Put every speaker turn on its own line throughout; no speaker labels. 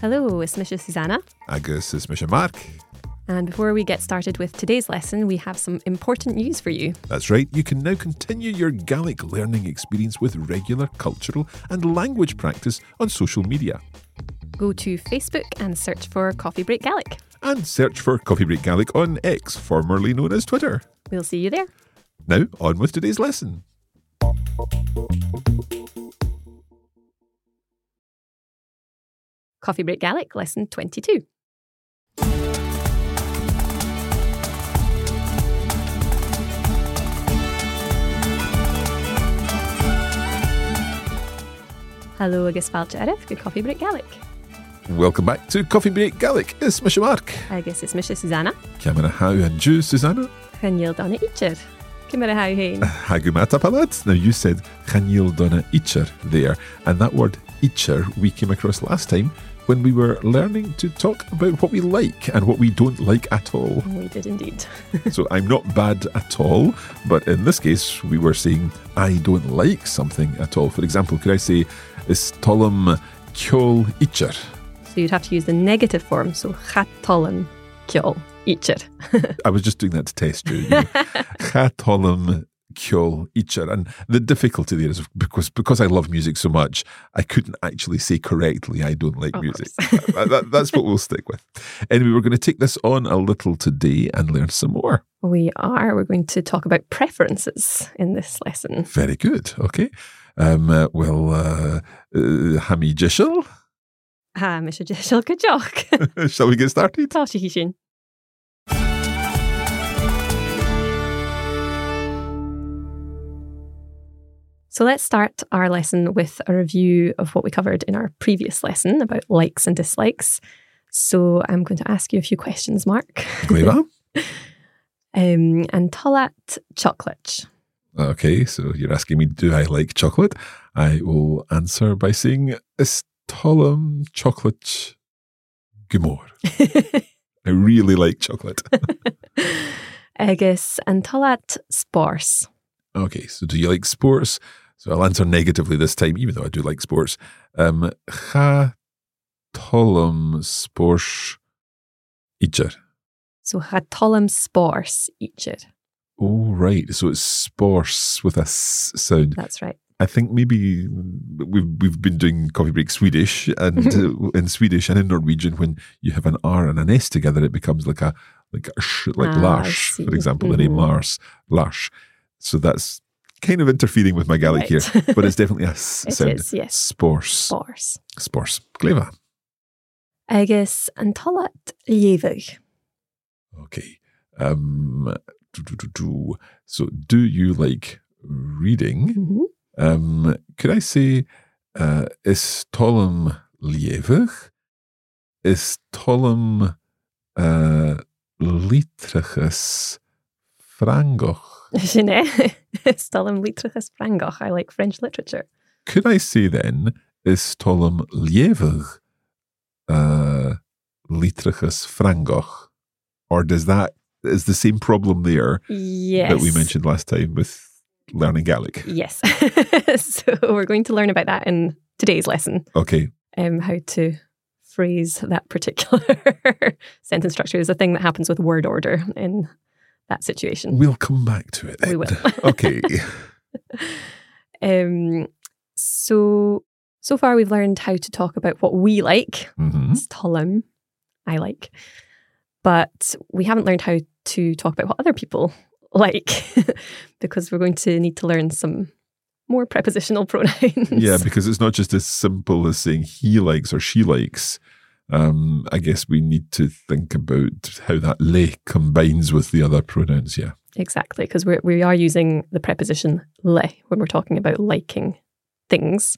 Hello, it's Misha Susanna.
Agus is Misha Mark.
And before we get started with today's lesson, we have some important news for you.
That's right, you can now continue your Gaelic learning experience with regular cultural and language practice on social media.
Go to Facebook and search for Coffee Break Gaelic.
And search for Coffee Break Gaelic on X, formerly known as Twitter.
We'll see you there.
Now, on with today's lesson.
Coffee Break Gaelic, lesson 22. Hello, agus Falch Erif, good Coffee Break Gaelic.
Welcome back to Coffee Break Gaelic. It's Misha Mark.
Agus is Misha Susanna,
Camera How and Jew Susanna.
Hanyil Donna Ichir. Cymera hau hein.
Hagumata Palat. Now you said Chanil Donna Icher there, and that word Icher we came across last time when we were learning to talk about what we like and what we don't like at all.
We did indeed.
So I'm not bad at all, but in this case, we were saying I don't like something at all. For example, could I say Istolam Kjol Icher?
So you'd have to use the negative form, so chatolan, kjol, ichir.
I was just doing that to test you. you know. Chatolam Kjol Icher. And the difficulty there is because because I love music so much, I couldn't actually say correctly I don't like
Of
music.
course.
That- that- that's what we'll stick with. Anyway, we're going to take this on a little today and learn some more.
We are. We're going to talk about preferences in this lesson.
Very good. Okay. Um, uh, well, uh, uh, Hami Jishal,
Ah, Mr. Jishal Kajok.
shall we get started?
Toshi Hishin. So let's start our lesson with a review of what we covered in our previous lesson about likes and dislikes. So I'm going to ask you a few questions, Mark.
Gleba.
Um, and Talat Chocolate.
Okay, so you're asking me, do I like chocolate? I will answer by saying Istolam chocolate gumor. I really like chocolate.
Agus and Talat Spors.
okay, so do you like sports? So I'll answer negatively this time, even though I do like sports. Um, ha tolam sports icher.
So Hatolam Spors Ichir.
Oh, right. So it's sparse with a s sound.
That's right.
I think maybe we've, we've been doing coffee break Swedish and uh, in Swedish and in Norwegian, when you have an R and an S together, it becomes like a, like a sh, like
Ah, I
Lars,
see.
for example, the name
Mhm.
Lars, Lars. So that's kind of interfering with my Gaelic here,
Right.
but it's definitely a s
It
sound.
is, Oh. yes.
Sparse.
Spors.
Sparse. Gleva.
Agus and Talat Lievig.
Okay. Um, do, do, do, do. So do you like reading? Um, could I say, uh, is Tolum lievig? Is Tolum uh, litrigus frangoch?
Jeanette, Stalem Litrichus Frangoch. I like French literature.
Could I say then, is Tolum lievig uh, litrigus frangoch? Or does that, is the same problem there
Yes.
that we mentioned last time with learning Gaelic?
Yes. so we're going to learn about that in today's lesson,
Okay,
um, how to phrase that particular sentence structure is a thing that happens with word order in that situation.
we'll come back to it then.
We will.
okay.
Um, so, so far we've learned how to talk about what we like,
hmm
Stollum, I like, but we haven't learned how to talk about what other people like because we're going to need to learn some more prepositional pronouns.
Yeah, because it's not just as simple as saying he likes or she likes. Um, I guess we need to think about how that le combines with the other pronouns. Yeah.
exactly, because we we are using the preposition le when we're talking about liking things.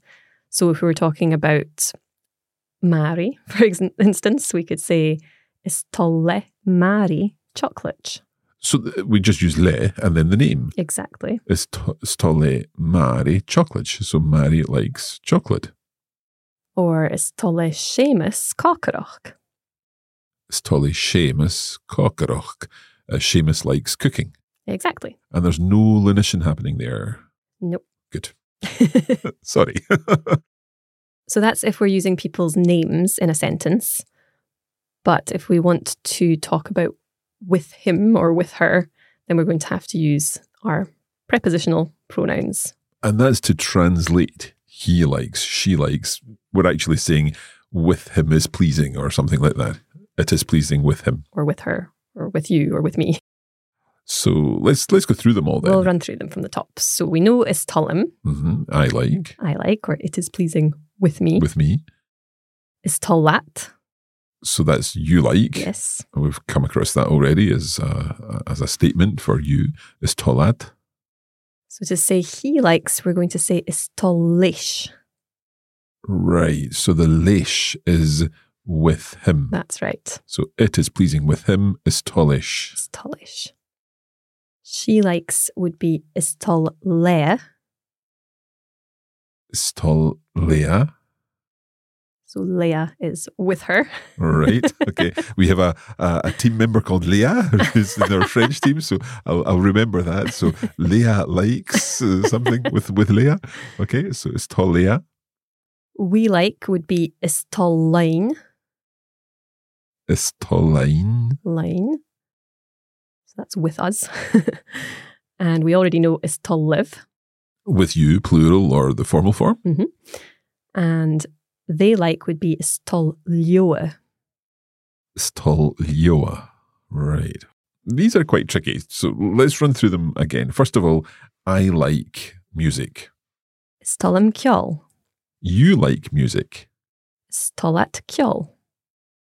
So if we were talking about Mari, for ex- instance, we could say Istolle Mari chocolate.
So th- we just use le and then the name
Exactly.
is to- Stolle Mari chocolate. So Mari likes chocolate.
Or Istolle Seamus cockroach.
Stolle Seamus Cockeroch. Uh, Seamus likes cooking.
Exactly.
And there's no lenition happening there.
Nope.
Good. Sorry.
So that's if we're using people's names in a sentence. But if we want to talk about with him or with her, then we're going to have to use our prepositional pronouns.
And that's to translate he likes, she likes. We're actually saying with him is pleasing or something like that. It is pleasing with him.
or with her or with you or with me.
So let's let's go through them all then.
We'll run through them from the top. So we know is Tullum,
hmm I like
I like, or it is pleasing with me.
with me.
Is Tullat,
So that's you like.
yes.
We've come across that already as a, as a statement for you is tolat.
So to say he likes, we're going to say is Tollish.
Right. So the leish is with him.
That's right,
So it is pleasing with him is tollish.
is Tollish. She likes would be is Tolle,
Is tollea.
so Leah is with her.
Right. Okay. we have a, a, a team member called Leah who's in our French team. So I'll, I'll remember that. So Leah likes uh, something with, with Leah. Okay. So it's tollea.
We like would be is Tolline,
Is tolline.
line. So that's with us. and we already know is Tolliv.
With you, plural or the formal form.
and they like would be Stoljoe.
Stoljoa. Right. These are quite tricky. So let's run through them again. First of all, I like music.
Stolem kjol.
You like music.
Stolat kjol.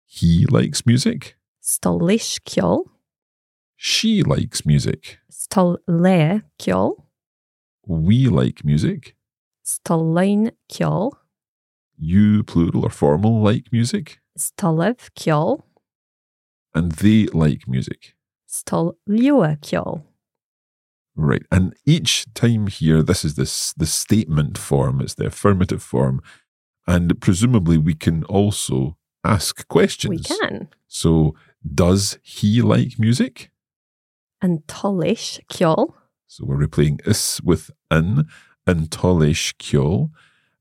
He likes music.
Stolish kjol.
She likes music.
Stolle kjol.
We like music.
Stollein kjol.
You, plural or formal, like music.
Stolev kjol.
And they like music.
Stoljoe kjol.
Right. And each time here, this is this the statement form, it's the affirmative form. And presumably we can also ask questions.
We can.
So, does he like music?
And Tolish kjol.
So, we're replaying is with an and tollish kjol.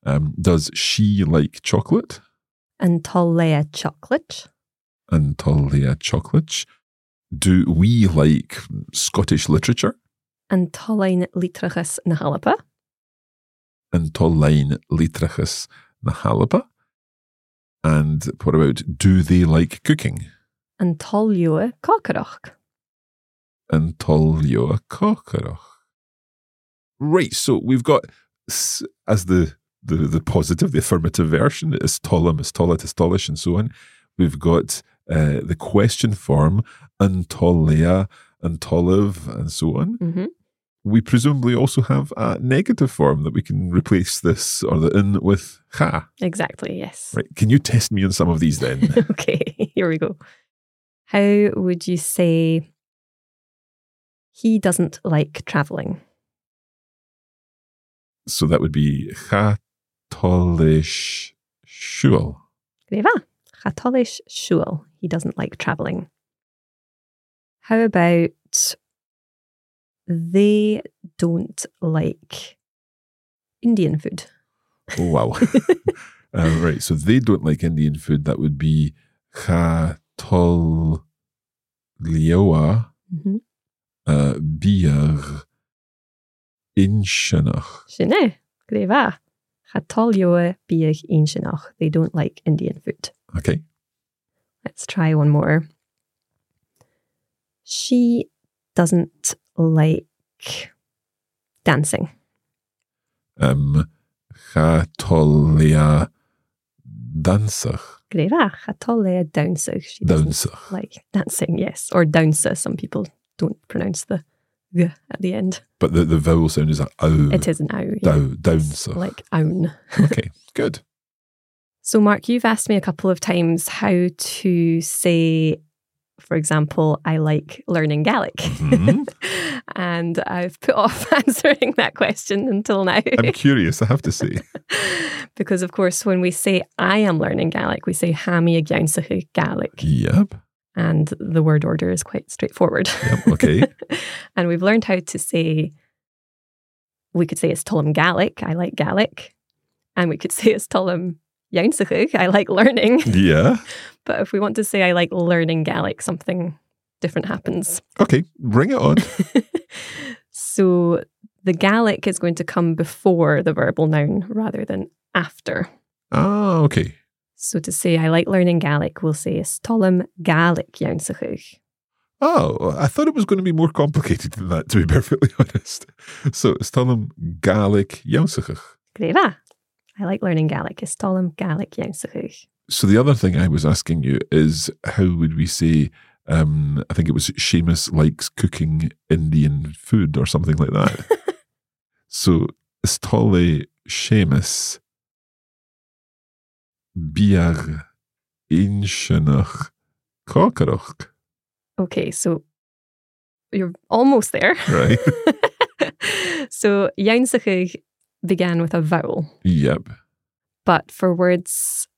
Um, does she like chocolate?
And Tolle chocolate.
And tollia chocolate. Do we like Scottish literature?
And Tollein litrages nahalapa.
And tollein litrages na halapa. And what about do they like cooking?
And Toljoe kakerach.
And tollio kokorach. Right, so we've got s- as the the, the positive, the affirmative version is tollum, is tollit, is tollish, and so on. We've got uh, the question form, antollia, antoliv, and so on.
hmm
We presumably also have a negative form that we can replace this or the in with ha.
Exactly, yes.
Right? Can you test me on some of these then?
okay, here we go. How would you say he doesn't like traveling?
so that would be ha tollish shul.
Greva. Catholic shul. He doesn't like traveling. How about they don't like Indian food?
Oh, wow. uh, right. So they don't like Indian food. That would be Khatol Lioa
Mm-hmm.
uh, Bier Inchanach.
Shine. Greva. Catholic bier Inchinach. They don't like Indian food.
Okay.
Let's try one more. She doesn't like dancing.
Um, Khatolia Dansach.
Greva, chatolle downsa. e, She doesn't
Dansach.
like dancing, yes. Or downsa. Some people don't pronounce the g at the end.
But the, the vowel sound is a oh, ow.
It is an ow. yeah.
Dow,
It's
Downsach.
Like own.
okay. Good.
So, Mark, you've asked me a couple of times how to say, for example, I like learning Gaelic.
Mhm.
and I've put off answering that question until now.
I'm curious, I have to say.
because of course when we say I am learning Gaelic, we say Hami Agyansahig Gaelic.
Yep.
And the word order is quite straightforward.
Yep. Okay.
and we've learned how to say we could say it's Tullum Gaelic, I like Gaelic. And we could say it's Tullum Jensig, I like learning.
Yeah.
But if we want to say I like learning Gaelic, something different happens.
Okay, bring it on.
so the Gaelic is going to come before the verbal noun rather than after.
ah, okay.
So to say I like learning Gaelic, we'll say Stolum Gaelic Jensig.
Oh, I thought it was going to be more complicated than that, to be perfectly honest. So, Stalum Gaelic Jansig.
Greva. I like learning Gaelic. Stolum Gaelic Jensig.
So, the other thing I was asking you is how would we say, um, I think it was Seamus likes cooking Indian food or something like that. so, Stole Seamus Biar Inshanach Kokarach,
Okay, so you're almost there.
right?
so Jensig began with a vowel.
yep.
but for words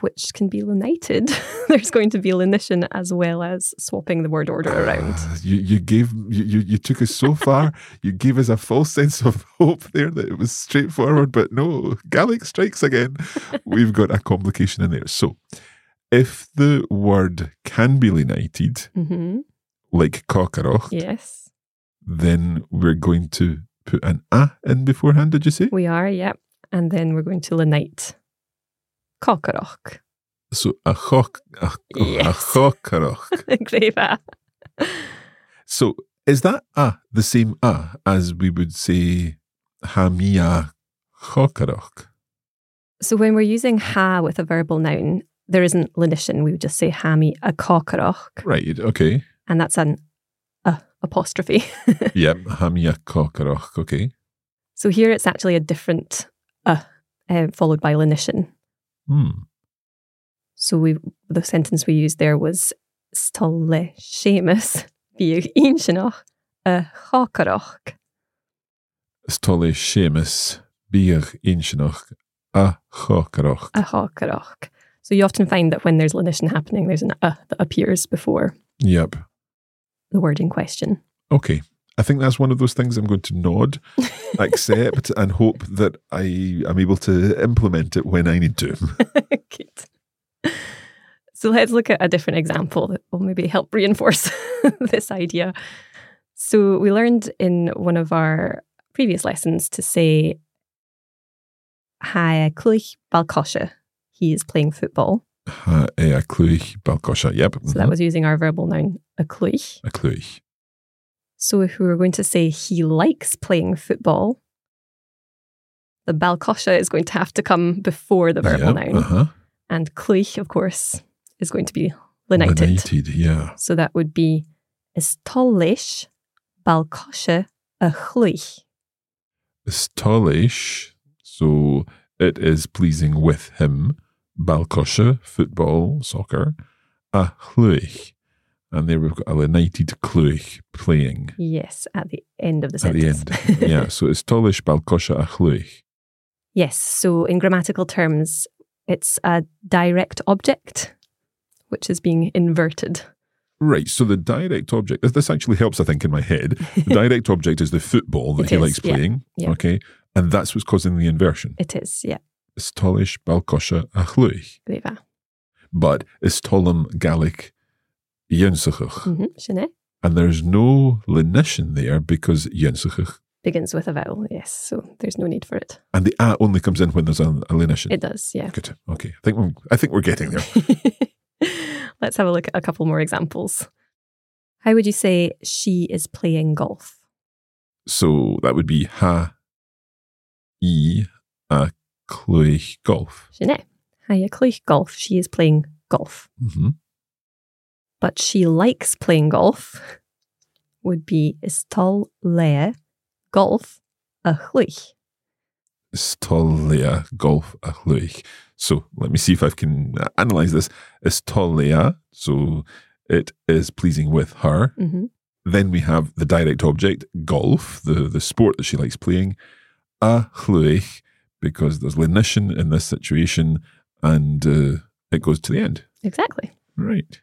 which can be lenited, there's going to be lenition as well as swapping the word order around.
Ah, you, you gave you, you you took us so far. you gave us a false sense of hope there that it was straightforward, but no, Gaelic strikes again. We've got a complication in there. So, if the word can be united,
hmm
like cockroach,
Yes,
then we're going to put an a in beforehand. Did you say?
we are, yep. And then we're going to lenite. Cockroach.
So a cock a, a
Yes.
cockroach.
Greva.
So is that a the same a as we would say hamia cockroach?
So when we're using ha with a verbal noun, there isn't lenition. We would just say hami a cockroach.
Right. Okay.
And that's an a apostrophe.
Yep, Hamia Kokarok, okay.
So here it's actually a different a uh, followed by lenition.
Hmm.
So we the sentence we used there was Stolle Seamus bíag insinach a chakarach.
Stolle Seamus, Bier Inchinoch, A Kokarok.
A chakarach. So you often find that when there's lenition happening, there's an a that appears before
Yep.
the word in question.
Okay. I think that's one of those things I'm going to nod, accept, and hope that I am able to implement it when I need to.
Good. So let's look at a different example that will maybe help reinforce this idea. So we learned in one of our previous lessons to say Hi Kluich Balkosha. He is playing football.
Ha e a cluich balkosha. Yep. mm-hmm.
So that was using our verbal noun a kluich.
a cluich.
So if we were going to say he likes playing football, the balkosha is going to have to come before the verbal noun.
Uh-huh.
And kluich, of course, is going to be lenited.
United, yeah.
So that would be Istolish Balkoshe a chluich.
Stolish, so it is pleasing with him. Balkosha, football, soccer. A chluich. And there we've got a united chluich playing
Yes, at the end of the
at
sentence.
the end. yeah, so it's Stolish, Balkosha, a chluich.
yes, so in grammatical terms, it's a direct object, which is being inverted.
Right, so the direct object, this- this actually helps, I think, in my head. The direct object is the football that
It
he
is,
likes
yeah,
playing.
yeah.
Okay. And that's what's causing the inversion.
It is, yeah,
Stolish, Balkosha, a chluich.
Greva.
But Stolum, Gaelic, Jensuchuch.
Mhm, Sinead?
And there's no lenition there because Jensuchich.
Begins with a vowel, yes, so there's no need for it.
And the A only comes in when there's a, a lenition.
It does, yeah.
Good. Okay. I think we're, I think we're getting there.
Let's have a look at a couple more examples. How would you say she is playing golf?
So that would be ha e a chluich golf.
Sinead, hiya chluich golf. She is playing golf.
hmm
but she likes playing golf would be istal le golf a chluich.
Stolia golf a chluich. So let me see if I can uh, analyze this. Stolia. So it is pleasing with her.
Mm-hmm.
Then we have the direct object, golf, the, the sport that she likes playing, a chluich, because there's lenition in this situation and uh, it goes to the end.
Exactly.
Right.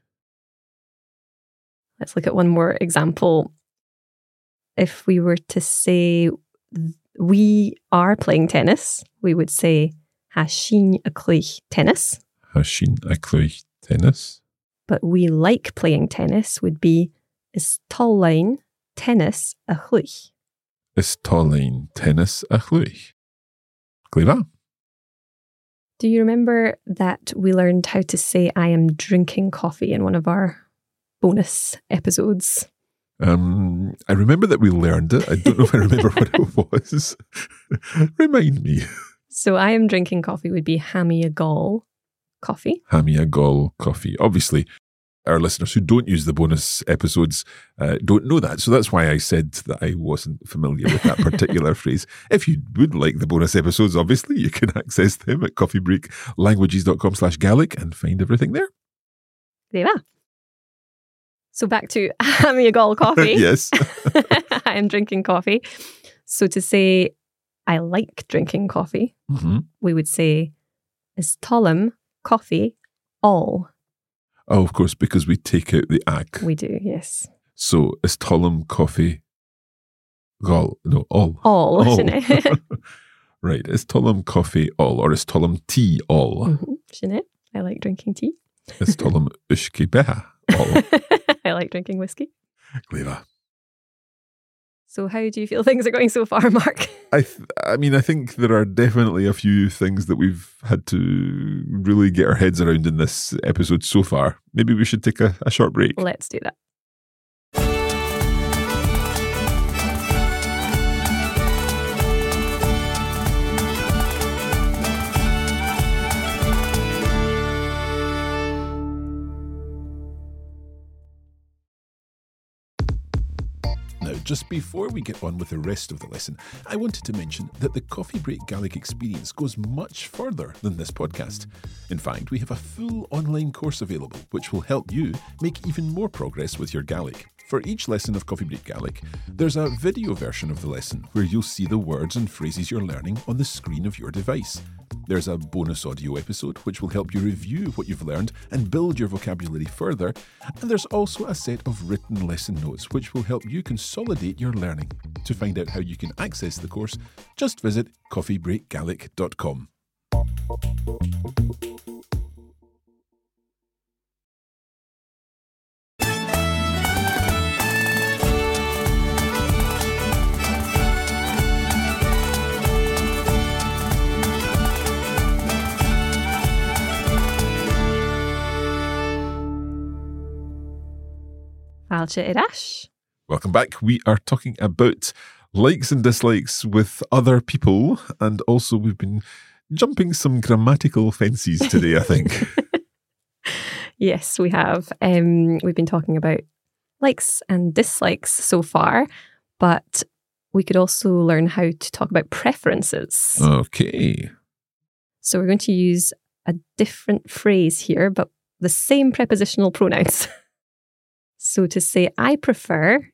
Let's look at one more example. If we were to say we are playing tennis, we would say "Hi, Hashing aklich tennis,
Haschin eigentlich Tennis?
but we like playing tennis would be is tollein tennis aklich.
Ist Tollein Tennis eigentlich? Clever.
Do you remember that we learned how to say I am drinking coffee in one of our bonus episodes?
Um, I remember that we learned it. I don't know if I remember what it was. Remind me.
So I am drinking coffee would be hamiagol coffee.
Hamia Gol coffee. Obviously, our listeners who don't use the bonus episodes uh, don't know that. So that's why I said that I wasn't familiar with that particular phrase. If you would like the bonus episodes, obviously, you can access them at coffeebreaklanguages.com slash Gaelic and find everything there.
There. So back to hamiagol coffee.
yes.
I am drinking coffee. So to say I like drinking coffee,
hmm
we would say is Tollum coffee all
Oh, of course, because we take out the ag.
we do, yes.
so is Tollum coffee gol? No, all.
All, isn't it?
right. Is Tollum coffee all or is Tollum tea all?
Mhm, isn't it? I like drinking tea.
It's Tollum Ushki Beha. Oh,
I like drinking whiskey.
Gleva.
So how do you feel things are going so far, Mark?
I, th- I mean, I think there are definitely a few things that we've had to really get our heads around in this episode so far. Maybe we should take a, a short break.
Let's do that.
Now, just before we get on with the rest of the lesson, I wanted to mention that the Coffee Break Gaelic experience goes much further than this podcast. In fact, we have a full online course available which will help you make even more progress with your Gaelic. For each lesson of Coffee Break Gaelic, there's a video version of the lesson where you'll see the words and phrases you're learning on the screen of your device. There's a bonus audio episode which will help you review what you've learned and build your vocabulary further. And there's also a set of written lesson notes which will help you consolidate your learning. To find out how you can access the course, just visit coffeebreakgaelic.com.
Falcha Irash.
Welcome back. We are talking about likes and dislikes with other people, and also we've been jumping some grammatical fences today, I think.
Yes, we have. Um, we've been talking about likes and dislikes so far, but we could also learn how to talk about preferences.
Mm. okay.
So we're going to use a different phrase here, but the same prepositional pronouns. so to say I prefer,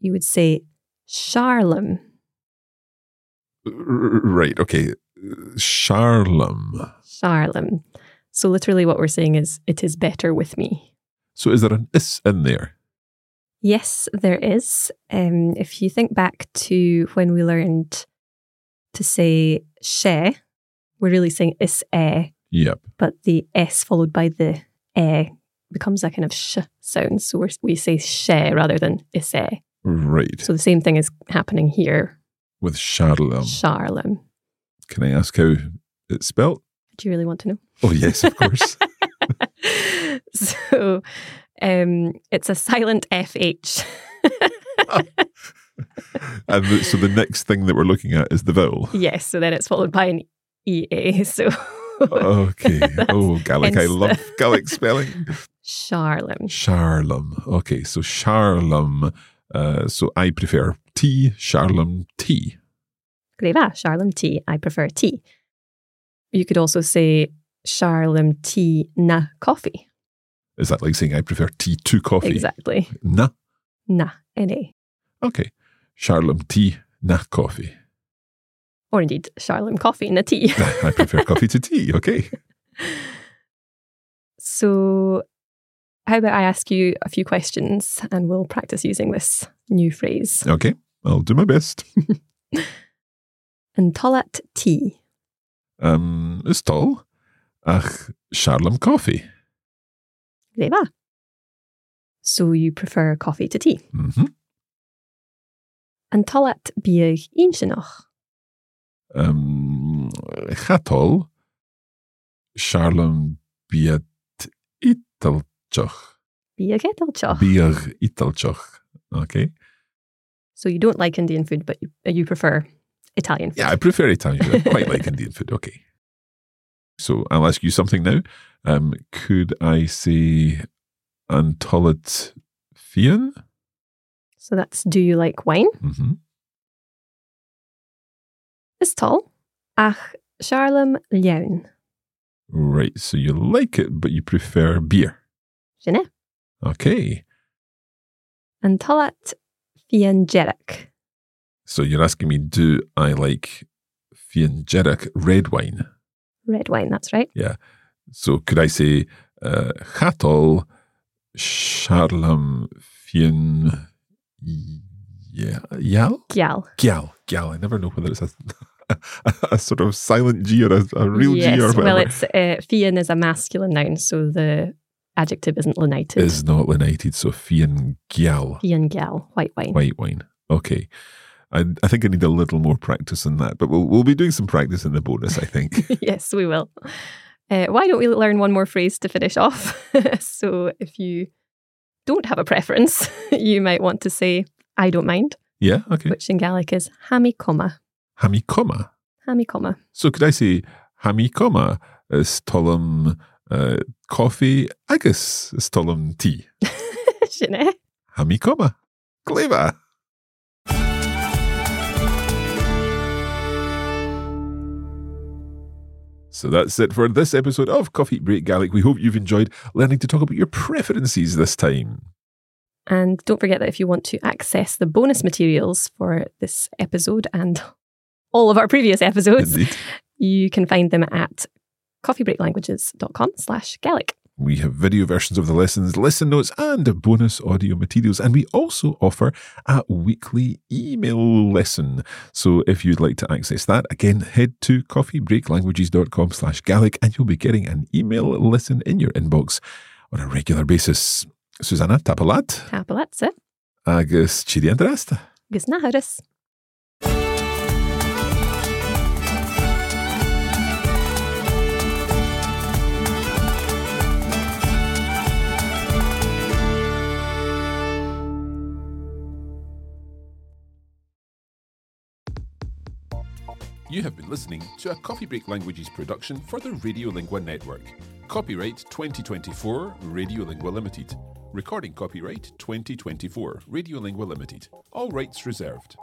you would say Charlem.
R- Right. Okay. Charlem.
Charlem. So literally what we're saying is it is better with me.
So is there an is in there?
Yes, there is. Um, if you think back to when we learned to say she, we're really saying is e,
Yep.
but the s followed by the e becomes a kind of sh sound. So we're, we say she rather than is e.
Right.
So the same thing is happening here.
With Charlem.
Charlem.
Can I ask how it's spelt?
Do you really want to know?
Oh, yes, of course.
so um, it's a silent FH.
and the, so the next thing that we're looking at is the vowel.
yes, so then it's followed by an EA. So
Uh-huh. Okay. Oh, Gaelic. I
Hence-
love Gaelic spelling.
Charlem.
Charlem. Okay. So Charlem. Uh, so I prefer tea. Charlem tea.
Gréva, Charlem tea. I prefer tea. You could also say Charlem tea na coffee.
Is that like saying I prefer tea to coffee?
Exactly.
Nah.
Na, N-A.
Okay. Charlem tea, na coffee.
Or indeed, Charlem coffee na tea.
I prefer coffee to tea. Okay.
So, how about I ask you a few questions and we'll practice using this new phrase?
Okay. I'll do my best.
An talat tea.
Um, it's tall. Ach, Charlam coffee.
There we are. So you prefer coffee to tea.
Mm-hmm.
En tal het bier eentje nog.
Um, Chatol. Charlam biat italchoch.
Bier geteltje.
Bier italchoch. Okay.
So you don't like Indian food, but you, uh, you prefer Italian food.
Yeah, I prefer Italian food. I quite like Indian food. Okay. So I'll ask you something now. Um, could I say Antolit Fian?
So that's do you like wine?
Mm-hmm.
Is tall. Ach, Charlem Ljoun.
Right. So you like it, but you prefer beer.
Genet.
Okay.
En tal het Fiangerek.
So you're asking me, do I like Fiangeric red wine?
Red wine, that's right.
So could I say uh, Chatol Charlam Fien yeah, Yal?
Gyal.
Gyal. Gyal. I never know whether it's a, a sort of silent G or a, a real
yes,
G or
well,
whatever.
it's uh, Fian is a masculine noun, so the adjective isn't lenited.
is not lenited. So Fien Gyal,
Fian Gyal, white wine.
white wine. Okay. I, I think I need a little more practice on that, but we'll, we'll be doing some practice in the bonus, I think.
yes, we will. Uh, why don't we learn one more phrase to finish off? so if you don't have a preference, you might want to say, I don't mind,
yeah, okay.
which in Gaelic is hamikoma.
Hamikoma.
Hamikoma.
So could I say hamikoma is tolum uh, coffee agus is tolum tea?
Sinead.
Hamikoma. Clever. So that's it for this episode of Coffee Break Gaelic. We hope you've enjoyed learning to talk about your preferences this time.
And don't forget that if you want to access the bonus materials for this episode and all of our previous episodes,
Indeed.
you can find them at coffeebreaklanguages.com slash Gaelic.
We have video versions of the lessons, lesson notes, and bonus audio materials. And we also offer a weekly email lesson. So if you'd like to access that, again, head to coffeebreaklanguages.com slash Gaelic and you'll be getting an email lesson in your inbox on a regular basis. Susanna Tapalat,
Tapalatsa,
Agus Chidi Andrasta.
Gusnaharis.
You have been listening to a Coffee Break Languages production for the Radiolingua Network. Copyright 2024 Radiolingua Limited. Recording copyright 2024 Radiolingua Limited. All rights reserved.